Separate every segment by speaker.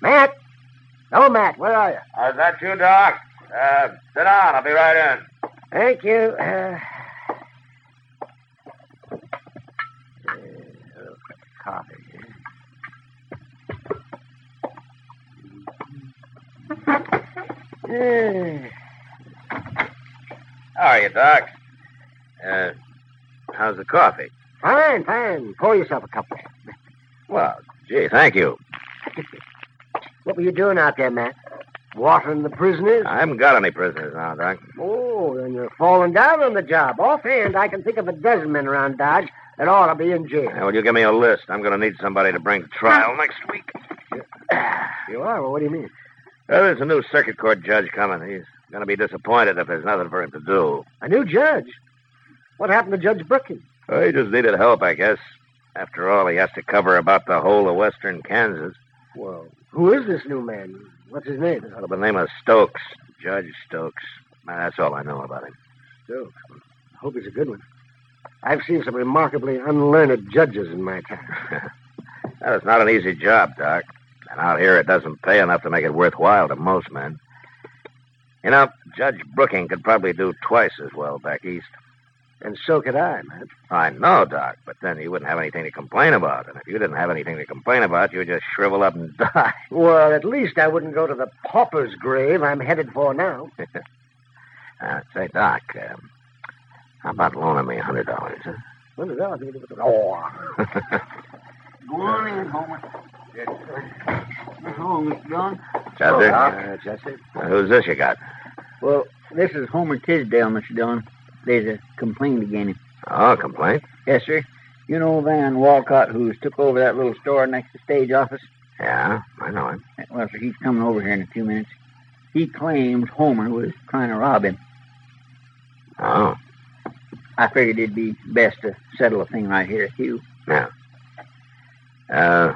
Speaker 1: Matt? Hello, Matt. Where are you?
Speaker 2: Uh, is that you, Doc? Uh, sit down. I'll be right in.
Speaker 1: Thank you. Uh, uh, coffee. Uh,
Speaker 2: How are you, Doc? Uh, how's the coffee?
Speaker 1: fine, fine. Pour yourself a cup.
Speaker 2: Well, gee, thank you.
Speaker 1: What were you doing out there, Matt? Uh, Watering the prisoners?
Speaker 2: I haven't got any prisoners now, Doc.
Speaker 1: Oh, then you're falling down on the job. Offhand, I can think of a dozen men around Dodge that ought to be in jail.
Speaker 2: Now, will you give me a list? I'm going to need somebody to bring to trial next week.
Speaker 1: You are? Well, what do you mean?
Speaker 2: Well, there's a new circuit court judge coming. He's going to be disappointed if there's nothing for him to do.
Speaker 1: A new judge. What happened to Judge Brookins?
Speaker 2: Well, he just needed help, I guess. After all, he has to cover about the whole of western Kansas.
Speaker 1: Well, who is this new man? What's his name?
Speaker 2: Out of the name of Stokes, Judge Stokes. Man, that's all I know about him.
Speaker 1: Stokes. I hope he's a good one. I've seen some remarkably unlearned judges in my time.
Speaker 2: That is not an easy job, Doc. And out here, it doesn't pay enough to make it worthwhile to most men. You know, Judge Brooking could probably do twice as well back east.
Speaker 1: And so could I, Matt.
Speaker 2: I know, Doc, but then you wouldn't have anything to complain about. And if you didn't have anything to complain about, you'd just shrivel up and die.
Speaker 1: Well, at least I wouldn't go to the pauper's grave I'm headed for now.
Speaker 2: Uh, say, Doc, um, how about loaning me a $100, huh?
Speaker 1: Hundred dollars. Oh.
Speaker 3: Morning, Homer. Hello, Mr. Dillon.
Speaker 2: Chester?
Speaker 1: Uh, Chester.
Speaker 2: Uh, who's this you got?
Speaker 3: Well, this is Homer Tisdale, Mr. Dillon. There's a complaint again. him.
Speaker 2: Oh, complaint?
Speaker 3: Yes, sir. You know Van Walcott, who's took over that little store next to stage office?
Speaker 2: Yeah, I know him.
Speaker 3: Well, sir, he's coming over here in a few minutes. He claims Homer was trying to rob him.
Speaker 2: Oh,
Speaker 3: I figured it'd be best to settle the thing right here at you.
Speaker 2: yeah. Uh,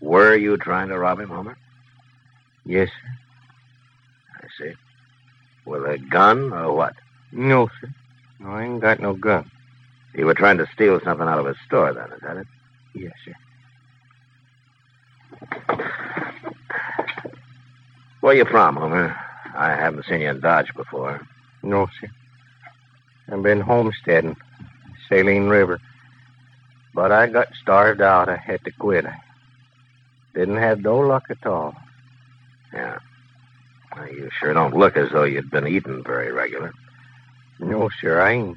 Speaker 2: were you trying to rob him, Homer?
Speaker 3: Yes, sir.
Speaker 2: I see. With a gun or what?
Speaker 3: No, sir. No, I ain't got no gun.
Speaker 2: You were trying to steal something out of his store, then, is that it?
Speaker 3: Yes, sir.
Speaker 2: Where you from, Homer? I haven't seen you in Dodge before.
Speaker 3: No, sir. I've been homesteading, Saline River. But I got starved out. I had to quit. I didn't have no luck at all.
Speaker 2: Yeah. Well, you sure don't look as though you'd been eating very regular.
Speaker 3: No, sir, I ain't.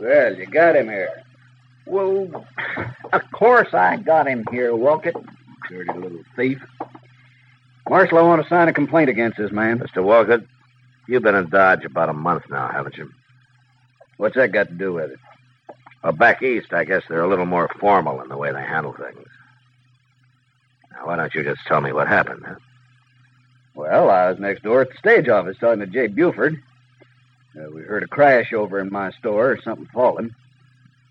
Speaker 2: Well, you got him here.
Speaker 3: Well, of course I got him here, Walkett.
Speaker 2: Dirty little thief.
Speaker 3: Marshal, I want to sign a complaint against this man.
Speaker 2: Mr. Walcott, you've been in Dodge about a month now, haven't you?
Speaker 3: What's that got to do with it?
Speaker 2: Well, back east, I guess they're a little more formal in the way they handle things. Now, why don't you just tell me what happened? Huh?
Speaker 3: Well, I was next door at the stage office talking to Jay Buford. Uh, we heard a crash over in my store or something falling.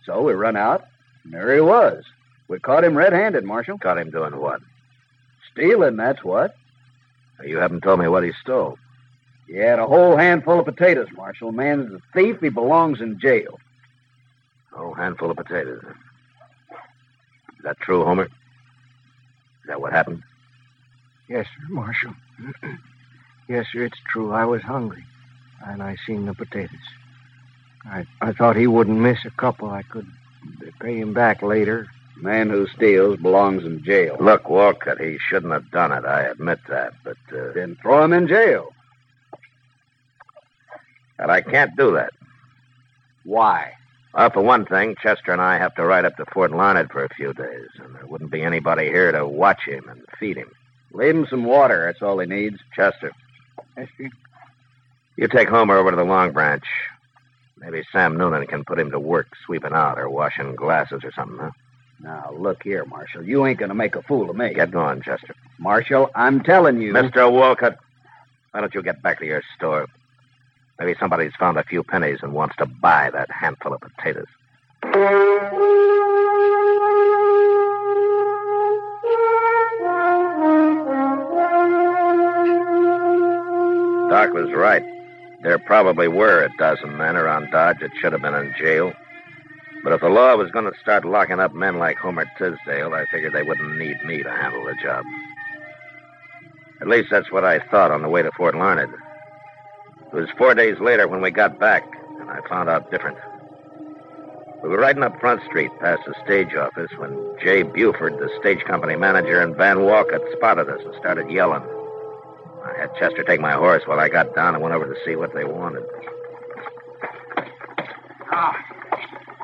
Speaker 3: So we run out, and there he was. We caught him red handed, Marshal.
Speaker 2: Caught him doing what?
Speaker 3: Stealing, that's what.
Speaker 2: You haven't told me what he stole.
Speaker 3: He had a whole handful of potatoes, Marshal. Man's a thief. He belongs in jail.
Speaker 2: Oh, handful of potatoes. Is that true, Homer? Is that what happened?
Speaker 3: Yes, sir, Marshal. yes, sir, it's true. I was hungry, and I seen the potatoes.
Speaker 1: I, I thought he wouldn't miss a couple. I could pay him back later.
Speaker 3: Man who steals belongs in jail.
Speaker 2: Look, Walcott, he shouldn't have done it. I admit that, but uh,
Speaker 3: Then throw him in jail.
Speaker 2: but I can't do that.
Speaker 3: Why?
Speaker 2: Well, for one thing, Chester and I have to ride up to Fort Larned for a few days, and there wouldn't be anybody here to watch him and feed him.
Speaker 3: Leave him some water. That's all he needs.
Speaker 2: Chester, you take Homer over to the Long Branch. Maybe Sam Noonan can put him to work sweeping out or washing glasses or something, huh?
Speaker 3: Now, look here, Marshal. You ain't going to make a fool of me.
Speaker 2: Get going, Chester.
Speaker 3: Marshal, I'm telling you.
Speaker 2: Mr. Walcott, why don't you get back to your store? Maybe somebody's found a few pennies and wants to buy that handful of potatoes. Doc was right. There probably were a dozen men around Dodge that should have been in jail. But if the law was going to start locking up men like Homer Tisdale, I figured they wouldn't need me to handle the job. At least that's what I thought on the way to Fort Larned. It was four days later when we got back, and I found out different. We were riding up Front Street past the stage office when Jay Buford, the stage company manager, and Van Walcott spotted us and started yelling. I had Chester take my horse while I got down and went over to see what they wanted.
Speaker 4: Oh,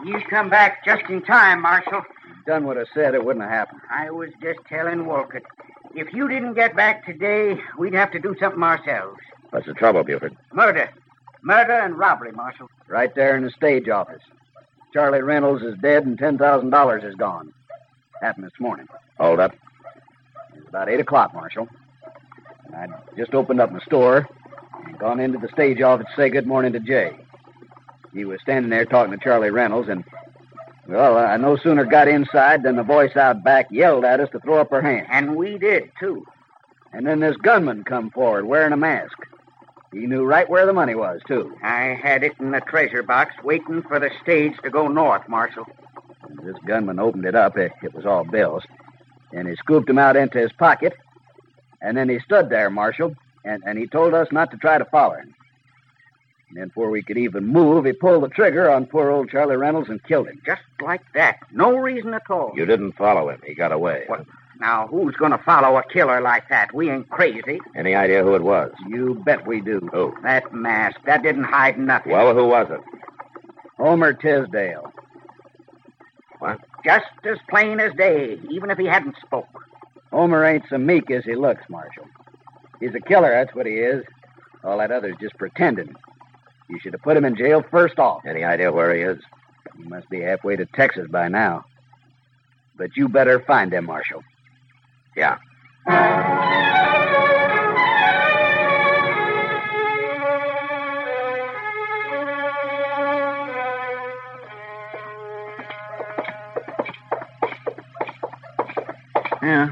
Speaker 4: you come back just in time, Marshal.
Speaker 3: done what I said, it wouldn't have happened.
Speaker 4: I was just telling Walcott. If you didn't get back today, we'd have to do something ourselves.
Speaker 2: What's the trouble, Buford?
Speaker 4: Murder. Murder and robbery, Marshal.
Speaker 3: Right there in the stage office. Charlie Reynolds is dead and $10,000 is gone. Happened this morning.
Speaker 2: Hold up.
Speaker 3: It was about 8 o'clock, Marshal. And I'd just opened up my store and gone into the stage office to say good morning to Jay. He was standing there talking to Charlie Reynolds, and, well, I no sooner got inside than the voice out back yelled at us to throw up our hands.
Speaker 4: And we did, too.
Speaker 3: And then this gunman come forward wearing a mask. He knew right where the money was, too.
Speaker 4: I had it in the treasure box waiting for the stage to go north, Marshal.
Speaker 3: And This gunman opened it up. It, it was all bills. And he scooped them out into his pocket. And then he stood there, Marshal, and, and he told us not to try to follow him. And then before we could even move, he pulled the trigger on poor old Charlie Reynolds and killed him.
Speaker 4: Just like that. No reason at all.
Speaker 2: You didn't follow him. He got away.
Speaker 4: What? Now, who's going to follow a killer like that? We ain't crazy.
Speaker 2: Any idea who it was?
Speaker 3: You bet we do.
Speaker 2: Who?
Speaker 4: That mask, that didn't hide nothing.
Speaker 2: Well, who was it?
Speaker 3: Homer Tisdale.
Speaker 4: Just as plain as day, even if he hadn't spoke.
Speaker 3: Homer ain't so meek as he looks, Marshal. He's a killer, that's what he is. All that other's just pretending. You should have put him in jail first off.
Speaker 2: Any idea where he is?
Speaker 3: He must be halfway to Texas by now. But you better find him, Marshal.
Speaker 2: Yeah.
Speaker 5: Yeah.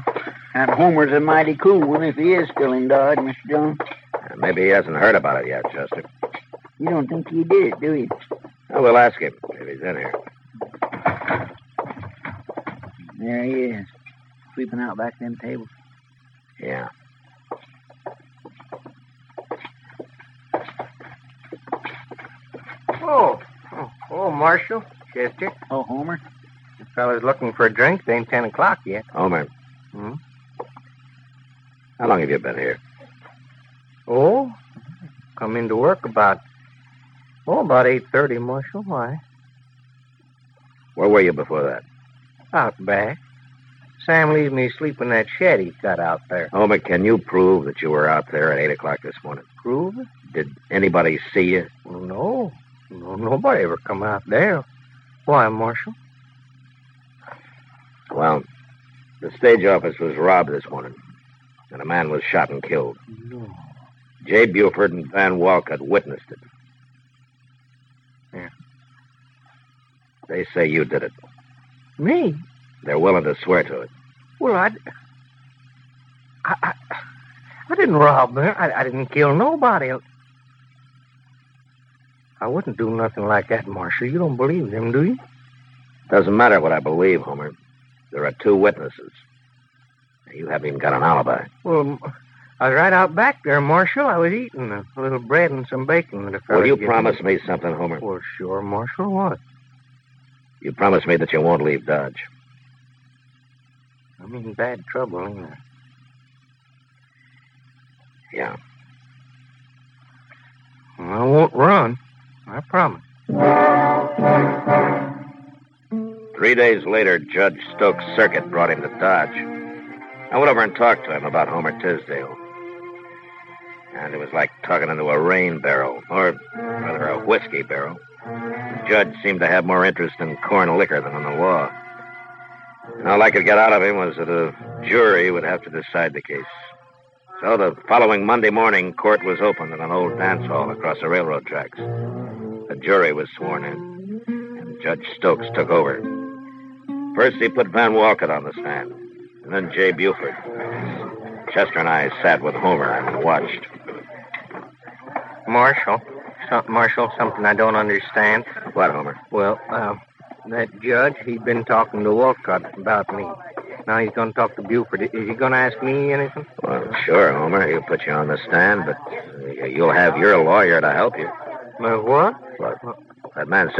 Speaker 5: That Homer's a mighty cool one if he is still in Dodge, Mr. Dillon.
Speaker 2: Uh, Maybe he hasn't heard about it yet, Chester.
Speaker 5: You don't think he did it, do you?
Speaker 2: Well, we'll ask him if he's in here.
Speaker 5: There he is, sweeping out back them tables.
Speaker 2: Yeah.
Speaker 1: Oh, oh, oh Marshal, Chester,
Speaker 5: Oh, Homer?
Speaker 1: the fella's looking for a drink. It ain't 10 o'clock yet.
Speaker 2: Homer.
Speaker 1: Hmm?
Speaker 2: Oh, How long have you been here?
Speaker 1: Oh, come into work about, oh, about 8.30, Marshal. Why?
Speaker 2: Where were you before that?
Speaker 1: Out back. Sam leaves me sleep in that shed he's got out there.
Speaker 2: Homer, Oh, can you prove that you were out there at 8 o'clock this morning?
Speaker 1: Prove it?
Speaker 2: Did anybody see you?
Speaker 1: Well, no. no. Nobody ever come out there. Why, Marshal?
Speaker 2: Well, the stage office was robbed this morning, and a man was shot and killed.
Speaker 1: No.
Speaker 2: Jay Buford and Van Walcott witnessed it.
Speaker 1: Yeah.
Speaker 2: They say you did it.
Speaker 1: Me?
Speaker 2: They're willing to swear to it.
Speaker 1: Well, I... I, I, I didn't rob her. I, I didn't kill nobody. I wouldn't do nothing like that, Marshal. You don't believe them, do you?
Speaker 2: Doesn't matter what I believe, Homer. There are two witnesses. You haven't even got an alibi.
Speaker 1: Well, I was right out back there, Marshal. I was eating a little bread and some bacon that a fellow
Speaker 2: Will you
Speaker 1: gave
Speaker 2: promise me something, Homer?
Speaker 1: Well, sure, Marshal. What?
Speaker 2: You promise me that you won't leave Dodge.
Speaker 1: I'm in bad trouble, ain't I?
Speaker 2: Yeah.
Speaker 1: Well, I won't run. I promise.
Speaker 2: Three days later, Judge Stokes Circuit brought him to Dodge. I went over and talked to him about Homer Tisdale. And it was like talking into a rain barrel, or rather a whiskey barrel. The judge seemed to have more interest in corn liquor than in the law. And all I could get out of him was that a jury would have to decide the case. So the following Monday morning, court was opened in an old dance hall across the railroad tracks. A jury was sworn in, and Judge Stokes took over. First, he put Van Walcott on the stand, and then Jay Buford. Chester and I sat with Homer and watched.
Speaker 1: Marshal, some, Marshal, something I don't understand.
Speaker 2: What, Homer?
Speaker 1: Well, uh, that judge, he's been talking to Walcott about me. Now he's going to talk to Buford. Is he going to ask me anything?
Speaker 2: Well, sure, Homer. He'll put you on the stand, but uh, you'll have your lawyer to help you.
Speaker 1: Uh, what?
Speaker 2: That man